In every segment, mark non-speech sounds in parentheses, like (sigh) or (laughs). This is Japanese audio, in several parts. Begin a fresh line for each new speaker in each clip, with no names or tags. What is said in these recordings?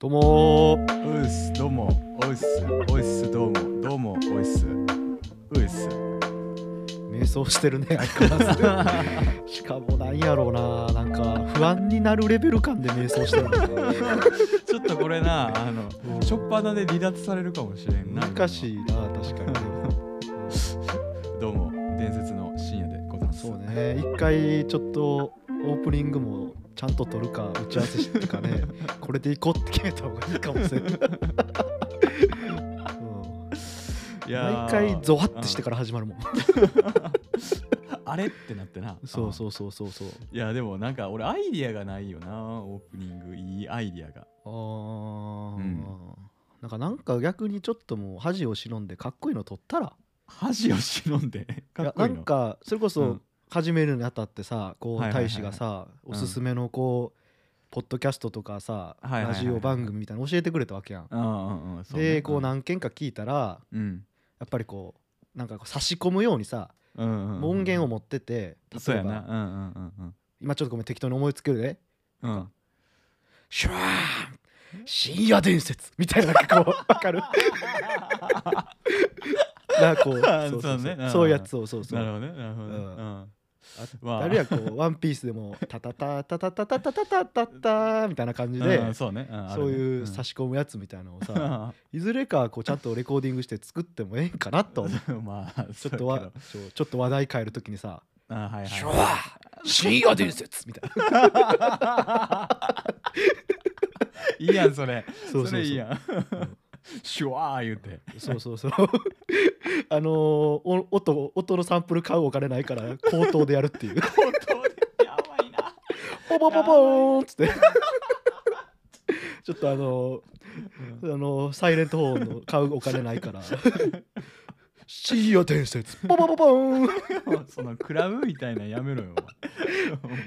どうもー
うっす、どうも、おいっす、おいっす、どうも、どうも、おいっす、ういっす。
瞑想してるね相変わらずしかもなんやろうななんか不安になるレベル感で瞑想してるんだな
(laughs) ちょっとこれな、あの、
うん
しょっぱなで離脱されるかもしれんな。
難しいな確かにでも
どうも、伝説の深夜でございます。
そうね一回ちょっとオープニングもちゃんと撮るか打ち合わせしてかねこれで行こうって決めた方がいいかもしれない、うん
いやー
毎回ゾワってしてから始まるもん、
あれってなってな。
そうそうそうそうそう
うん。いや、でもなんか俺、アイディアがないよな、オープニング、いいアイディアが。
あー、
うん
なんかなんか逆にちょっともう恥を忍んでかっこいいの撮ったら
恥を忍んで、かっこい
やな
いの
ん。かそれこ
う
そ
ん
始めるにあたってさこう
はいはいはいはい
大使がさおすすめのこうポッドキャストとかさ
はいはいはい
ラジオ番組みたいなの教えてくれたわけやん。
うんうんうん、そうね
でこう、何件か聞いたら
うん。
やっぱりこうなんかこう差し込むようにさ
うんうんうん、
音源を持
も
ってて
そう
例え
やな。
ば
うんうんうん
今ちょっとごめん適当に思いつけるで
うん。うん
「シュワーン深夜伝説」みたいななんかこ
(laughs)
うわかる (laughs) なこう
(laughs) あ
そうそう
そうね
そううんそういうやつをそうそう
なるほどね、なるほどね。
うん
うんま
あ
あ
るいはこう「ワンピースでも「タタタタタタタタタタタタ」みたいな感じで
うんそうね、ん
そういう
あ
差
るね
し込むやつみたいなのを
うん
さ
(laughs)
いずれかこうちゃんとレコーディングして作ってもええんかなと思う
まあ
ちょっとわちょちょっと話題変えるときにさ
あは
「
いはい
シュワー深夜伝説」みたいな
(laughs) いいやんそれ
そうそうそう
れいいやんシュワー言うて
そうそうそうあのーお音音のサンプル買うお金ないから口頭でやるっていう
本当にやばいな
ポポポポーンっつってちょっとあのーあのサイレントホーンの買うお金ないから。深夜伝説ポポポポーン
もう (laughs) そのクラブみたいなのやめろよ
(laughs)
お前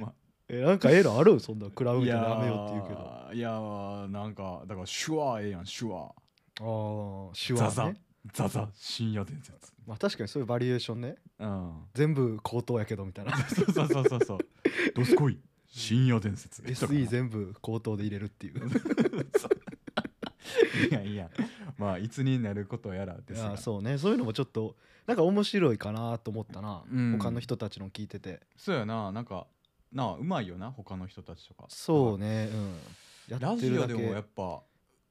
えなんかエラーあるそんなクラ
お
ウン
前
みたいなのやめようって言うけど
いやーなんかだからシュワーええやんシュワ
ああ手
ーザ
話
ザ
ね
ザザ深夜伝説
まあ確かにそういうバリエーションね
うん
全部口頭やけどみたい
(laughs)
な
そうそうそうそうそうどすこい深夜伝説
SE 全部口頭で入れるって
(laughs)
いう
いやいやまあいつになることやら
い
です
や
が
そうねそういうのもちょっとなんか面白いかなと思ったな、
うん
他の人たちの聞いてて
そうやななんかなあうまいよな他の人たちとか
そう
ね
ねうんや
ラ
って
ジ
る
オ
だ
で
け
もやっぱ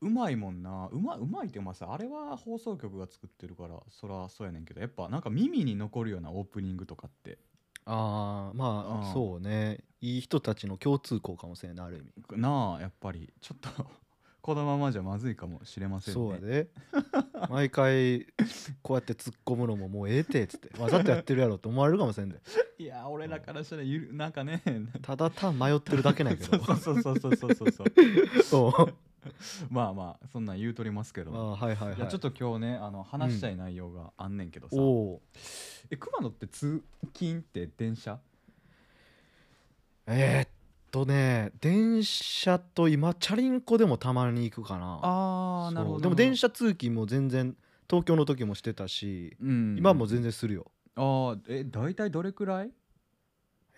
うまいもんなうまいうまいってまさあれは放送局が作ってるからそらそうやねんけどやっぱなんか耳に残るようなオープニングとかって
ああまあ、
うん
そうねいい人たちの共通項かもしれないある意味
なあやっぱりちょっと (laughs) このままじゃまずいかもしれませんね
そうや
(laughs)
で毎回こうやって突っ込むのももうええてっつってわざとやってるやろって思われるかもしれんで
いや俺らからしたらゆるなんかね
ただ単迷ってるだけなんやけど
(laughs) そうそうそうそうそうそう
そう
まあまあそんなん言うとりますけど
ああはいはい
い
は
や
い
ちょっと今日ねあの話したい内容があんねんけどさ、
おお
え熊野って通勤って電車
えー、っとね電車と今チャリンコでもたまに行くかな
あ
そうでも電、車通勤も全然東京の時もしてたし、
うん
今も全然するよ
ああえ大体どれくらい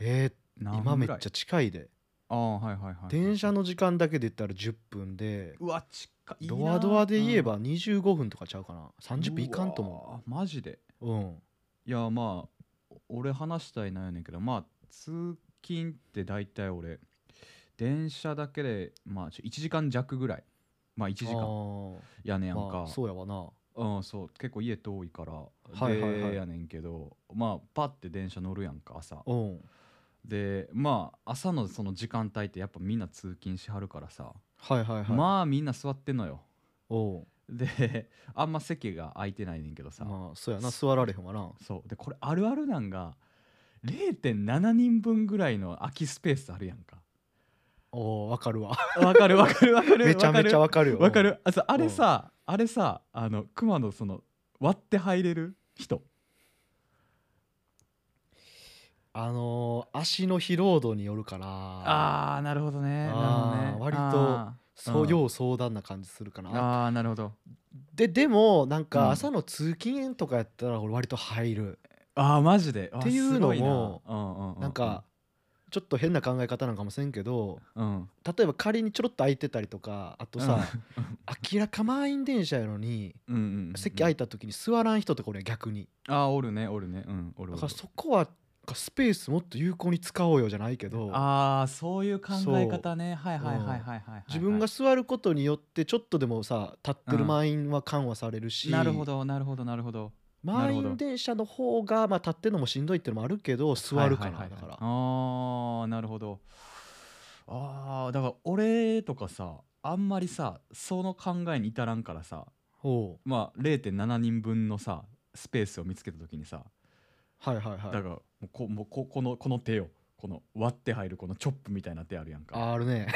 えー、今めっち
ゃ
ゃ近いで
ああはいはいはい
電車の時間だけで言ったら10分で
うわ近いな
ドアドアで言えば25分とかちゃうかな30分いかんと思
思うわマジで
ううん
いやまあお俺話したいなんやねんけどまあ通勤って大体俺電車だけでまあ1時間弱ぐらいまあ1時間
あ
やねやん
ー
か、
まあそうやわな
うん、そう結構家遠いから、
いはいはい
でやねんけどまあパッて電車乗るやんか朝
うん
でまあ朝のその時間帯ってやっぱみんな通勤しはるからさ、
はいはいはい
まあみんな座ってんのよ
おう
であんま席が空いてないねんけどさ、
まあそうやな座られへんわな
そうでこれあるあるなんが0.7人分ぐらいの空きスペースあるやんか
おーわかる
(laughs)
わ
わかるわかるわかる
めちゃめちゃ
わか
わかる
る
よ
わかるあそうあれさあれさあの熊のその割って入れる人
あのー足の疲労度によるから
ああなるほどねなる
あー
ほどね
割と
あ
そう
うん
要相談な感じするか
ー
な
あーなるほど
ででもなん
うん
か朝の通勤とかやったら俺割と入る、
ああマジで
っていうのも
も
なんかちょっと変な考え方なんかもせんけど
うん
例えば仮にちょろっと空いてたりとかあとさ、明らか満員電車やのに
うんうんうんうん
席空いた時に座らん人とか俺逆に
あーおるねおるねうんおるお
だ
る
からそこはなんかスペースもっと有効に使おうよじゃないけど
ああそういう考え方ねはいはいはいはいはいはいはい
自分が座ることによってちょっとでもさ立ってる満員は緩和されるし、
なるほどなるほどなるほどなる
満
ほど
員電車の方が、まあ、立ってるのもしんどいってのもあるけど座るか
はいは
ないだ
はい
か
はい
ら
ああなるほどああだから俺とかさあんまりさその考えに至らんからさ
ほう
まあ0.7人分のさスペースを見つけた時にさ
はいはい
だ
は
か
い
らもうこもうここのこの手よこの割って入るこのチョップみたいな手あるやんか
ある
(laughs)
ね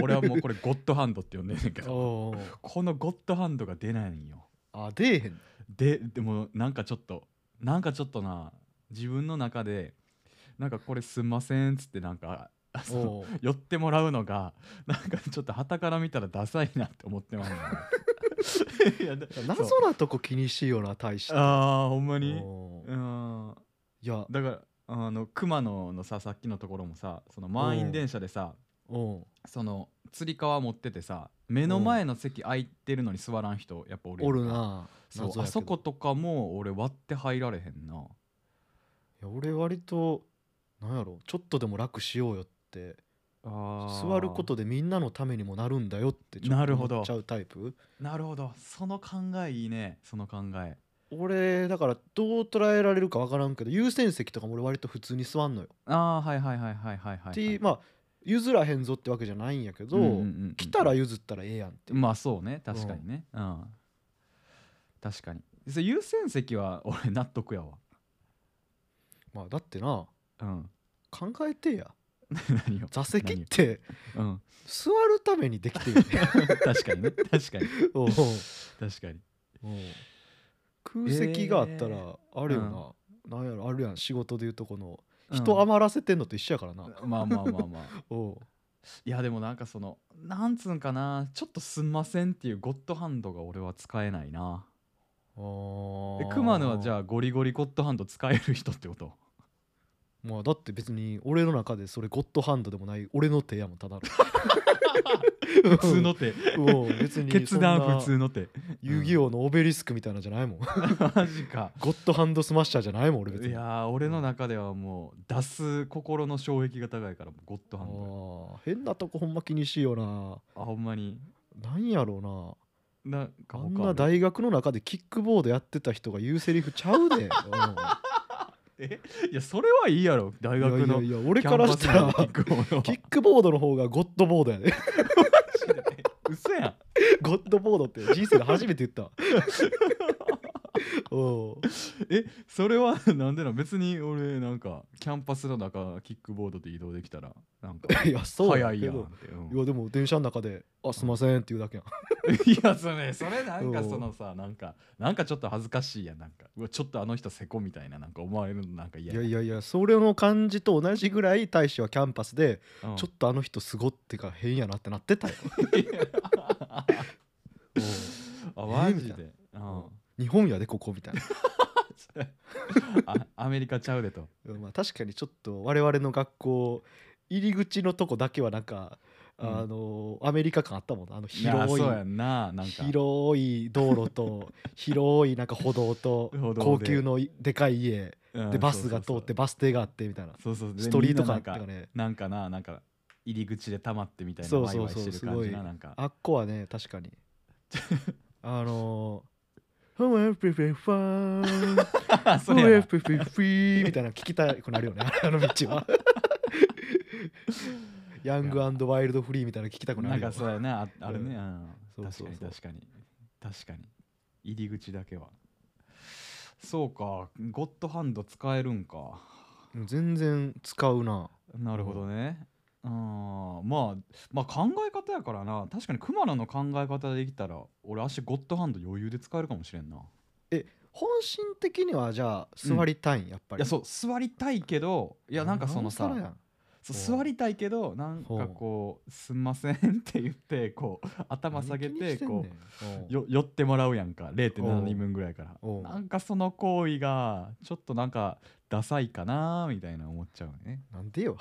俺はもうこれゴッドハンドって呼んでんねんけ
お
ど
うおう
このゴッドハンドが出ないんよ
あ出えへん
ででもなんかちょっとなんかちょっとな自分の中でなんかこれすんませんっつってなんかあ (laughs) その
おう
寄ってもらうのが (laughs) なんかちょっと旗から見たらダサいなって思ってます
(laughs)
いやだそ
謎
う
なとこ気にしいよな大して
あーほんまに
おう
うん
いや
だからあの熊野のささっきのところもさその満員電車でさ
おう
そのつり革持っててさ目の前の席空いてるのに座らん人やっぱおるやん
お
か
るな
そ
謎や
うあ
けど
そことかも俺割って入られへんない
や俺割となんやろちょっとでも楽しようよって座ることでみんなのためにもなるんだよってちょ
な
っと
るほど
思っちゃうタイプ
なるほどその考えいいねその考え
俺だからどう捉えられるか分からんけど優先席とかも俺割と普通に座んのよ。
ああーはいはいはいはいはいはい
っていうまあ譲らへんぞってわけじゃないんやけど、
うんうんうんうん
来たら譲ったらええやんっていう、
まあそうね確かにねうん、確かにそれ優先席は (laughs) 俺納得やわ
まあだってな
うん (laughs)
考えてや
何を
座席って
うん (laughs)
座るためにできてるね
確かにね確かに
(laughs) おう
確かに
おう空席があったら
えー
あるよな、なんやろあるやん仕事でいうとこの
うん
人余らせてんのと一緒やからな、
まあまあまあまあ
おう
いやでもなんかそのなんつうんかなちょっとすんませんっていうゴッドハンドが俺は使えない
あ
なえ熊野はじ
あ
ゃあゴリゴリゴッドハンド使える人ってこと
まあだって別に俺の中でそれゴッドハンドでもない俺の手やもんただの
(laughs) 普通の手
うん別に
決断普
そんな
通の手
遊戯王のオベリスクみたいなんじゃないもん
マジか
ゴッドハンドスマッシャーじゃないもん俺別
い
に
やー俺の中ではもう出す心の衝撃が高いからもうゴッド
あ
ハンド
ー
よ
変なとこほんま気にしいよな
あほんまに
なんやろ
なん
う
か
なあ
他
ん
あ
な
る
大学の中でキックボードやってた人が言うセリフちゃう
(laughs)
でうん
えいやそれはいいやろ大学の
いやいやいや俺からしたら
キャ
キ
ンパス内のキックボードは
ックボードの方がゴッドボードやで
嘘やん
ゴッドボードって人生で初めて言
(laughs)
ったわおう
えそれはなんでなん別に俺なんかキャンパスの中キックボードで移動できたらなんか
いやそう
早
だけ
い
ど
やんって、うん
いやでも電車の中で「あすいません」って言うだけやん
いやそれそれなんか
うん
そのさなんかなんかちょっと恥ずかしいやんなんかうわちょっとあの人せこみたいななんか思われるのなんか嫌
いやいやいやそれの感じと同じぐらい大使はキャンパスで
やうん
ちょっとあの人すごってか変やなってなってたよ (laughs) おう
(laughs) あマジ
えーみた
で、うん
日本やでここみたいな
あアメリカちゃうでと
うんまあ確かにちょっと我々の学校入り口のとこだけはなんか、
うん
あのアメリカ感あったもんなあの
や
広い
そうやんななんか
広い道路と
(laughs)
広いなんか歩道と
歩道で
高級のいでかい家
うん
でバスが通ってバス停があってみたいな
そうそうそうで
ストリート
み
感
んな
と
な
か
んか
ね
なんかななんか入り口で溜まってみたいな
そう
ワイ
そ
ワ
う
イ
そ
し
う
てる
す
感
ご
じ
い
ななんか
あっこはね確かに (laughs) あのー「フーエプリフリファーン」
あ
フ
(laughs) それや
ー
な
エプリフリフィーみたいなの聞きたくなるよね (laughs) あの道
(laughs)
はヤングワイルドフリーみたいなの聞きたくな
なん
るよ
かそうやなああれね、
う
うん
そうそうそう
確かに確かに確かに入り口だけはそうかゴッドハンド使えるんか
うん全然使うな
なるほどね、うん、まあまあ考え方やからな確かにクマラの考え方できたら俺足ゴッドハンド余裕で使えるかもしれんな
本心的にはじゃあ座りたいんやっぱ
い
り、
やそう座りたいけどいやなんかそのさ
なおらやん
そう座りたいけどなんかこう「すんません」って言ってこう頭下げてこう
よ
よ寄ってもらうやんか0.7人分ぐらいから
おう
なんかその行為がちょっとなんかダサいかなみたいな思っちゃうね
なんで
(laughs)
よ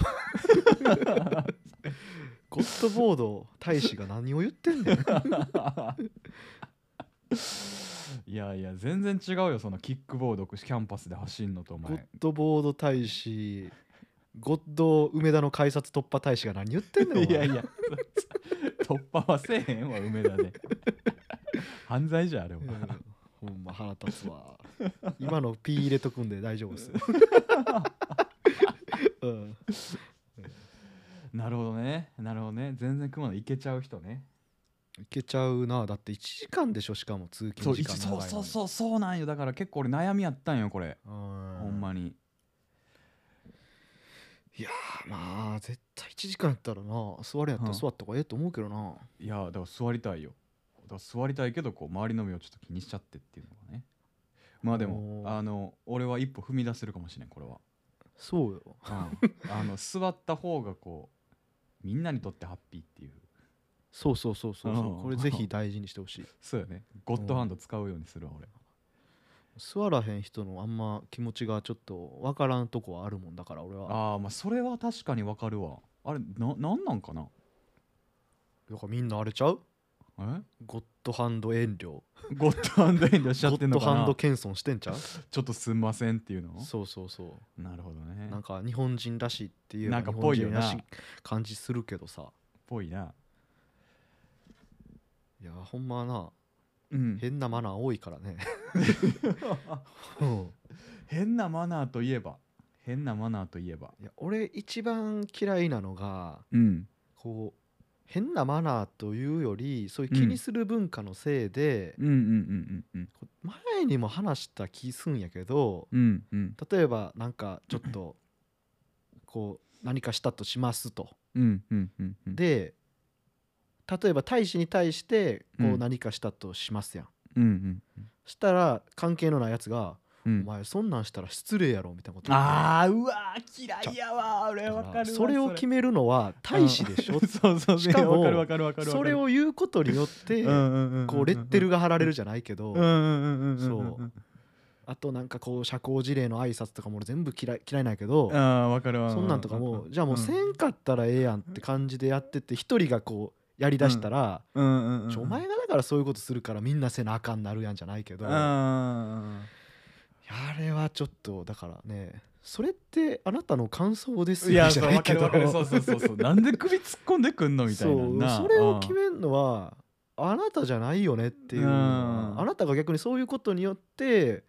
ゴッドボード大使が何を言ってんねん
いやいや全然違うよそのキックボードキャンパスで走んのとお
ゴッ
前
ドボード大使ゴッド梅田の改札突破大使が何言ってんねんお前
いやいや突破はせえへんわ梅田で犯罪じゃんあれは
うんほんま腹立つわ今のピー入れとくんで大丈夫
(laughs)
です、うん、
なるほどねなるほどね全然熊野行けちゃう人ね
いけちゃうなだって1時間でしょしかも通
そ
勤
う
時
一
間長いの
そう
に
そうそうそうなんよだから結構俺悩みやったんよこれ、
うん
ほんまに
いやーまあ絶対1時間やったらな座れやったら
うん
座った方がええと思うけどな、
いやだから座りたいよだから座りたいけどこう周りの目をちょっと気にしちゃってっていうのがねまあでも
おー
あの俺は一歩踏み出せるかもしれんこれは、
そうよ
(laughs) あの座った方がこうみんなにとってハッピーっていう
そうそうそうそうそううんこれぜひ大事にしてほし
(laughs)
い
そうよねゴッドハンド使うようにするわ俺
座らへん人のあんま気持ちがちょっとわからんとこはあるもんだから俺は
ああーまあそれは確かにわかるわあれななんなんかな
だからみんなあれちゃう
え
ゴッドハンド遠慮
ゴッドハンドエンドしちゃってんのか
ゴッドハン
な
ド謙遜してんちゃう
ちょっとすんませんっていうの
そうそうそう
なるほどね
なんか日本人らしいっていう
なんかぽいよな
日本人らしい感じするけどさ
ぽいない
やほんまな
うん
(laughs) 変なマナー多いからねうん
変なマナーといえば変なマナーといえば
(laughs) いや俺一番嫌いなのが
うん
こう変なマナーというよりそういう気にする文化のせいで、
うんうんうんうん
こう前にも話した気すんやけど
うんうん
例えばなんかちょっとこう何かしたとしますと。
うんうんうんうん
で例えば大使に対してこ
う
うん何かしたとしますやん。
うんうん
したら関係のないやつが「お
うん
前そんなんしたら失礼やろ」みたいなこと言って
あーうわー嫌いやわー俺
だ
わ
か
からるわ
それを決めるのは大使でしょ
うん (laughs) そうそう
しかも
わかるわかるわかるわかる
それを言うことによって
うんうんうんん
こうレッテルが貼られるじゃないけど
うんうんうんうんうん
そうあとなんかこう社交辞令の挨拶とかも俺全部嫌い嫌いなんやけど
ああわかるわ
そんなんとかもじゃあもうせ
ん
んかったらええやんって感じでやってて一人がこうやりだしたら
うんうんうん
ちょお前がだからそういうことするからみんなせなあかんなるやんじゃないけどあ
あ
れはちょっとだからねそれってあなたの感想で
ー
す
い
よ
や
ねじゃ
そう
ない
わ
け
かる
ど
わかるそうそうそ
(laughs)
うそうなんで首突っ込んでくんのみたいな
そう
な
それを決
うん
めるのはあなたじゃないよねっていう
う
の
ん
はあなたが逆にそういうことによって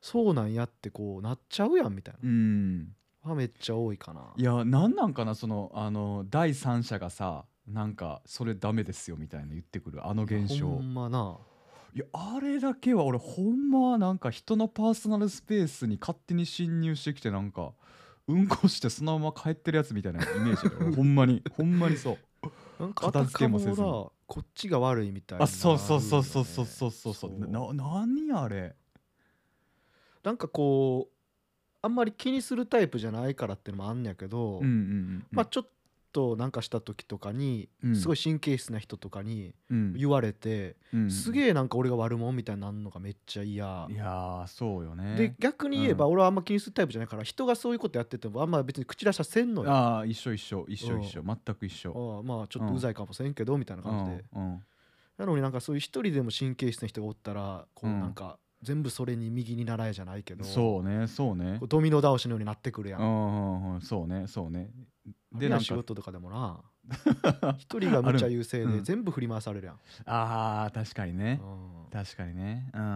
そうなんやってこうなっちゃうやんみたいな
うん
はめっちゃ多いかない
やなんなんかなそのあの第三者がさなんかそれダメですよみたいな言ってくるあの現
ほ
象
んまない
やあれだけは俺ほんまなんか人のパーソナルスペースに勝手に侵入してきてなんかうんこしてそのまま帰ってるやつみたいなイメージだよ
(laughs)
俺ほんまにほんまにそう
なんかあ
片
た
付け
か
も
も
せずに
なこっちが悪いみたいな
あそうそうそうそうそうそうそうそう
なるよね
な何あれ
なんかこうあんまり気にするタイプじゃないからってのもあんねやけど、
うんうんうん
まあちょっとなんかした時とかに、
うん
すごい神経質な人とかに
うん
言われて、
うん
すげえなんか俺が悪者みたいになるのがめっちゃ嫌
いやーそうよね
で逆に言えば
う
俺はあんま気にするタイプじゃないから人がそういうことやっててもあんま別に口出しはせんのよあ
ああ一緒一緒一緒一緒全く一緒
あまあちょっとうざいかもしれんけどみたいな感じで
うんうん
なのになんかそういう一人でも神経質な人がおったらこう
うん
なんか全部それに右に習えじゃないけど
そうねそうね
こうドミノ倒しのようになってくるや
うんんうんうんそうねそうね
で
で
な
なん
仕
か
事とかでも
(laughs)
な一人が無茶優勢
ある
で
うん
全部振り回されるやん
あー確かにね
うん
確かにねうんい
ほ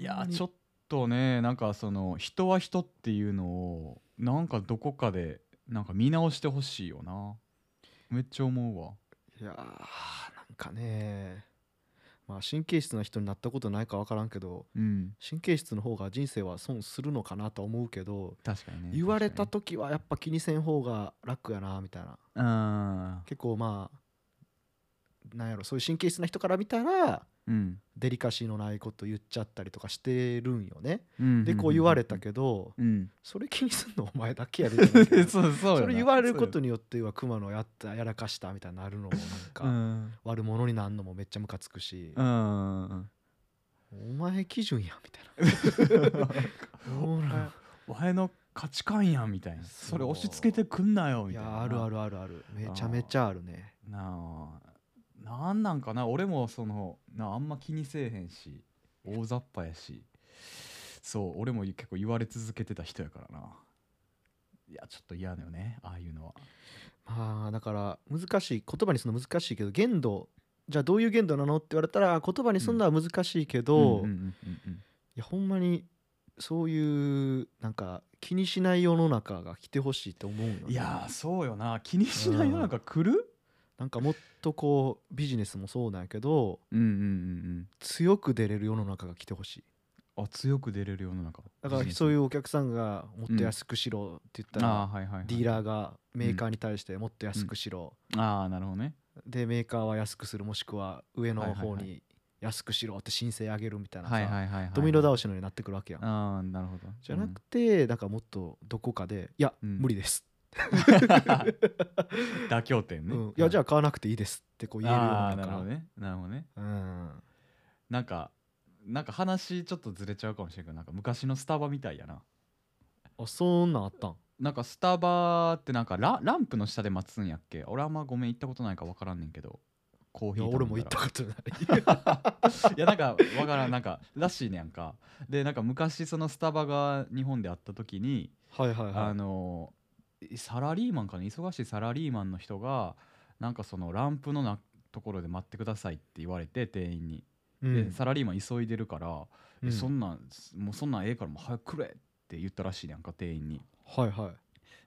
ん
や
まに
ちょっとねなんかその人は人っていうのをなんかどこかでなんか見直してほしいよなめっちゃ思うわ
いやーなんかねまあ神経質な人になったことないか分からんけど
うん
神経質の方が人生は損するのかなとは思うけど
確かにね
言われた
確
時はやっぱ気にせん方が楽やなみたいな
かにうん
結構まあなんやろそういう神経質な人から見たら
うん
デリカシーのないこと言っちゃったりとかしてるんよね。
うん
でこう言われたけど
うん
それ気にすんのお前だけやでみたいな
(laughs) そうそう
それ言われること
に
によっては熊野やったやらかしたみたいになるのもなん
う
か
ん
悪者になるのもめっちゃムカつくし (laughs)
う、ん
お前基準やみたいな。ほら
(laughs) お前の価値観やんみたいな
そう
それ押し付けてくんな
い
よみたいな
やあるあるあるあるめちゃめちゃあるね。
なあなんなんかな俺もそのなああんま気にせえへんし大雑把やしそう俺も結構言われ続けてた人やからないやちょっと嫌だよねああいうのは
まあだから難しい言葉にするの難しいけど限度じゃあどういう限度なのって言われたら言葉にするのは難しいけど、
うんう
い
んうんうん
やほんまにそういうなんか気にしない世の中が来てほしいと思うよ、ね
うん、いやーそうよな気にしない世の中来る
なんかもっとこうビジネスもそうなんやけど
うんうんうん
強く出れる世の中が来てほしい
うんあ強く出れる世の中
だからそういううお客さんがもっと安くしろって言ったら、
あーはいはい、はい、
ディーラーがメーカーに対してもっと安くしろ、
ああなるほどね
でメーカーは安くするもしくは上の
はい
方
はいは
に安くしろって申請あげるみたいなさ、
はいはいはい、はい、
ドミノ倒
し
しのようになってくるわけやん、
ああなるほど
じゃなくて、だからもっとどこかで「いや、
うん
無理です」
(laughs) 妥協点
う
ね、
んいやじゃあ買わなくていいです」ってこう言えるよう
ああ
なな
ーなるほど
ね
ねなるほどね
うん、
なんかなんか話ちょっとずれちゃうかもしれんけどなんか昔のスタバみたいやな
あそんなんあったん
なんかスタバってなんかラランプの下で待つんやっけ俺あんまごめん行ったことないから分からんねんけどコー
い
ヒー
や俺
頼んだら
も行ったことない
(laughs) いやなんかわからんなんからしいねやんかでなんか昔そのスタバが日本であった時に
はいはい
あ
はい
のサラリーマンかな忙しいサラリーマンの人がなんかそのランプのなところで待ってくださいって言われて店員に、
(laughs) うん
でサラリーマン急いでるから、
う
え
ん
そんなんもうそんなんええからもう早くくれって言ったらしいねやんか店員に
はいは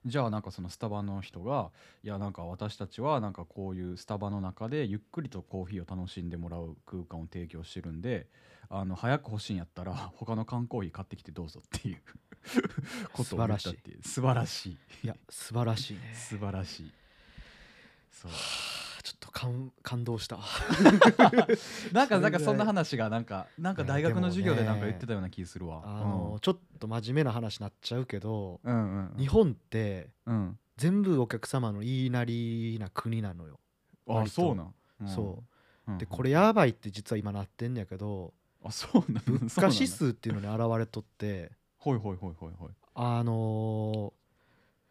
い
じゃあなんかそのスタバの人がいやなんか私たちはなんかこういうスタバの中でゆっくりとコーヒーを楽しんでもらう空間を提供してるんであの早く欲しいんやったら他の缶コーヒー買ってきてどうぞっていう
(laughs)
(laughs) ことを言ったっていう素晴らしい (laughs)
いや素晴らしいね
素晴らしいそう
はあちょっと感 (laughs) 感動したわ
(laughs) なん
それぐ
か
らい
なんかそんな話がなんかなんか大学の授業でなんか言ってたような気するわ
あの、ちょっと真面目な話になっちゃうけど、
うんうんうん
日本って
うん
全部お客様の言いなりな国なのよ、
あ
割と
そうなん、
そう
うん
でこれやばいって実は今なってんやけど
あ (laughs) そうなん
物価指数っていうのに現れとって
ほいほいほいほいほい
あのー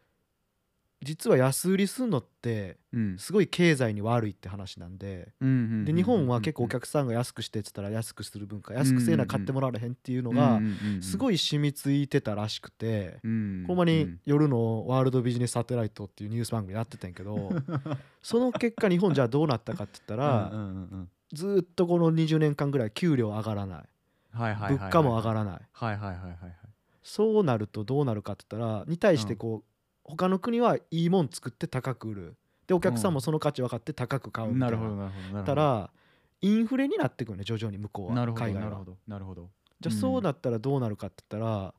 実は安売りすんのって
うん
すごい経済に悪いって話なんでで日本は結構お客さんが安くしてって言ったら安くする文化安くせえな買ってもらわれへんっていうのがす
い
ごい染みついてたらしくてほ
ほ
んまに夜のワールドビジネスサテライトっていうニュース番組になってたんやけど (laughs) その結果日本じゃあどうなったかって言ったらずーっとこの20年間ぐらい給料上がらない物価も上が
ら
らない
はいはいはいはいはい
そうなるとどうなるかって言ったらに対してこう、他の国はいいもん作って高く売るでお客さんもその価値分かって高く買うみた
ないる
な
ほどなるほどなるほど
だったらインフレになってくるね徐々に向こう
な
は
るほど
海外
なる
は
ほどなるほど
じゃあそうなったらどうなるかって言ったら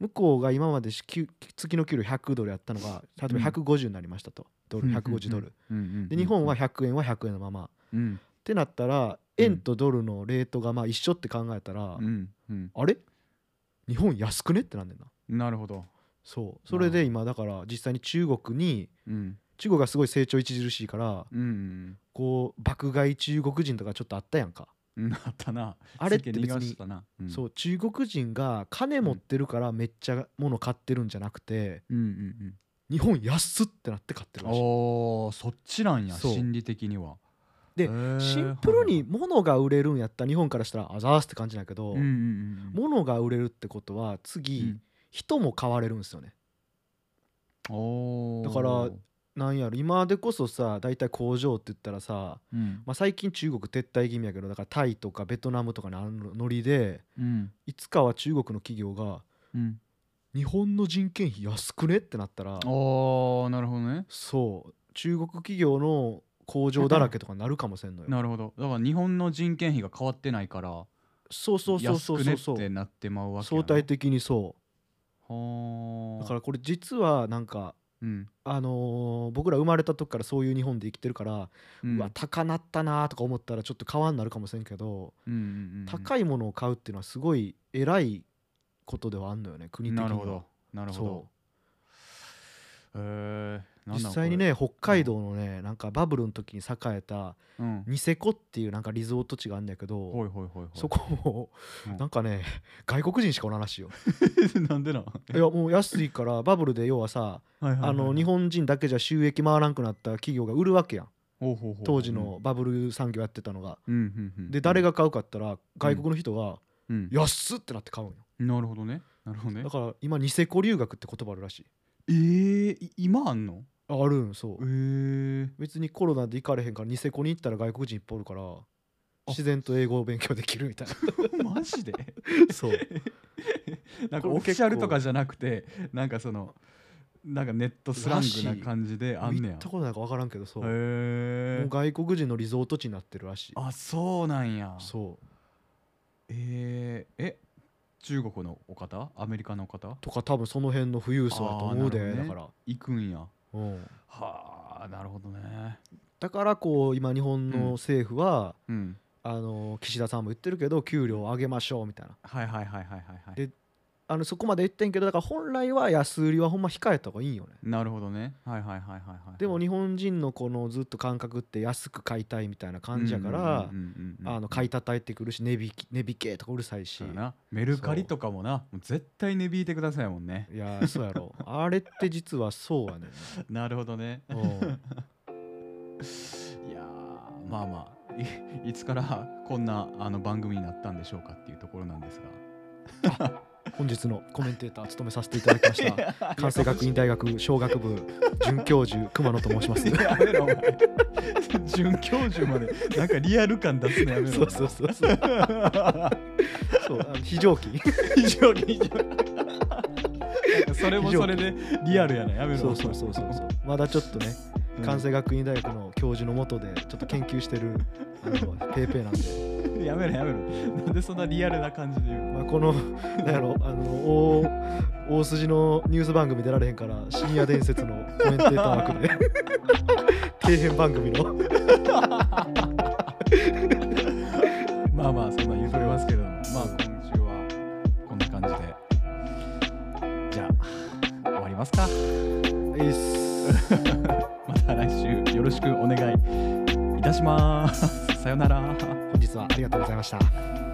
向こうが今まで支給月の給料100ドルやったのが例えば150になりましたとドル150ドルで
で
日本は100円は100円のままっ
うん
てなったら円とドルのレートがまあ一緒って考えたら
うんうん
あれ日本安くねってなんねんな
なるほど
そうそれで今だから実際に中国に
うん
中国がすごい成長著しいから
うん
こう爆買い中国人とかちょっとあったやんか
うんあったな
あれって
世間
別
逃がし
に
たな
そう中国人が金持ってるからめっちゃ物買ってるんじゃなくて
うんうんうん
日本安っってなって買ってるらしい
おーそっちなんや
そう
心理的には
で
へー
シンプルに物が売れるんやったら日本からしたらあざーすって感じなんやけど
うんうんうん
物が売れるってことは次人も買われるんですよね
うんおー
だからなんやろ今でこそさ大体工場って言ったらさ
うん
まあ、最近中国撤退気味やけどだからタイとかベトナムとかのあのノリで
うん
いつかは中国の企業が
うん
日本の人件費安くねってなったら
おーなるほどね
そう中国企業の工場だらけとかになるかもしれんのよ。
なるほどだから日本の人件費が変わってないから
そうそうそう
安
そう
く
そ
ね
う
っ
そ
て
う
なってまうわけや
相
な
対的にそ
は
う
ー
だからこれ実はなんか
うん
あのー僕ら生まれた時からそういう日本で生きてるから、
う
うんわ高なったなとか思ったらちょっと川になるかもしれんけど、
うんうんうんうん
高いものを買うっていうのはすごい偉いことではあんのよね国的に
な
は
るほどなるほど
そ
へえー、なん
実
なん
際にね北海道のねなんかバブルの時に栄えた
これうん
ニセコっていうなんかリゾート地があるんだけど、
ほいほいほいほい
そこも
うん
なんかね外国人しかおらんらしいよ
(laughs) なんでなんはい
いやもう安いからバブルで要はさ
はいはいはい
あの日本人だけじゃ収益回らんくなった企業が売るわけやん
ほうほうほうほう
当時のバブル産業やってたのが。
うんうんうんうん
で誰が買うかって言ったら外国の人が
うん
「安っ!」ってなって買うんよ
なるほどねなるほどね
だから今ニセコ留学って言葉あるらしい
えー、い今あんの
ああるんそ
え
う (laughs)
ー、
別にコロナで行かれへんからニセコに行ったら外国人いっぱいおるから自然と英語を勉強できるみた
(laughs)
いな
マジで
そう
なん
こ
か
れ結
オ
構
フィシャルとかじゃなくてなんかそのなんかネットスラングな感じであんね
行
や
ったことないか分からんけどそうも
へえ
う外国人のリゾート地になってるらしい
あそうなんや
そう
えー、え中国のお方アメリカのお方
とか多分その辺の富裕層やと思う
あー
で
な
だ
る
か
ほど
ら
行くんや
うん
はあなるほどね
だからこう今日本の政府は
うん
あの岸田さんも言ってるけど給料を上げましょうみたいな
はいはいはいはいはいはい
であのそこまで言ってんけどだから本来は安売りはほんま控えた方がいいよね
なるほどねはいはいはいはいはい
でも日本人のこのずっと感覚って安く買いたいみたいな感じやから、
うんうんうんうんうん
あの買い叩いてくるし値引き値引けとかうるさいし
そうやなメルカリとかもなもう絶対値引いてくださいもんね
いやそうや
(laughs)
ろあれって実はそうやね
なるほどね (laughs)
んうん
いやーまあまあいいつからこんなあの番組になったんでしょうかっていうところなんです
本日のコメンテーター務めさせていただきました
が
関西学院大学商学部准教授熊野と申し
(laughs)
ます
やめろお前准教授までなんかリアル感出すのやめろ
そうそうそうそうそうあの非常勤
非常に非常になんかそれもそれでリアルやなやめろ
そうそうそうそうそうまだちょっとね
うん
関西学院大学の教授のもとでちょっと研究してるあのペーペーなんで
やめろやめろなんでそんなリアルな感じで言うの
まあ、 (laughs) このなんやろあの大大筋のニュース番組出られへんから深夜伝説のコメンテーター枠 (laughs) で底辺番組の
まあまあそんなん言うとりますけどもまあ今週はこんな感じでじゃあ終わりますか
「いいっす
また来週よろしくお願いいたしますさよなら
本日はありがとうございました。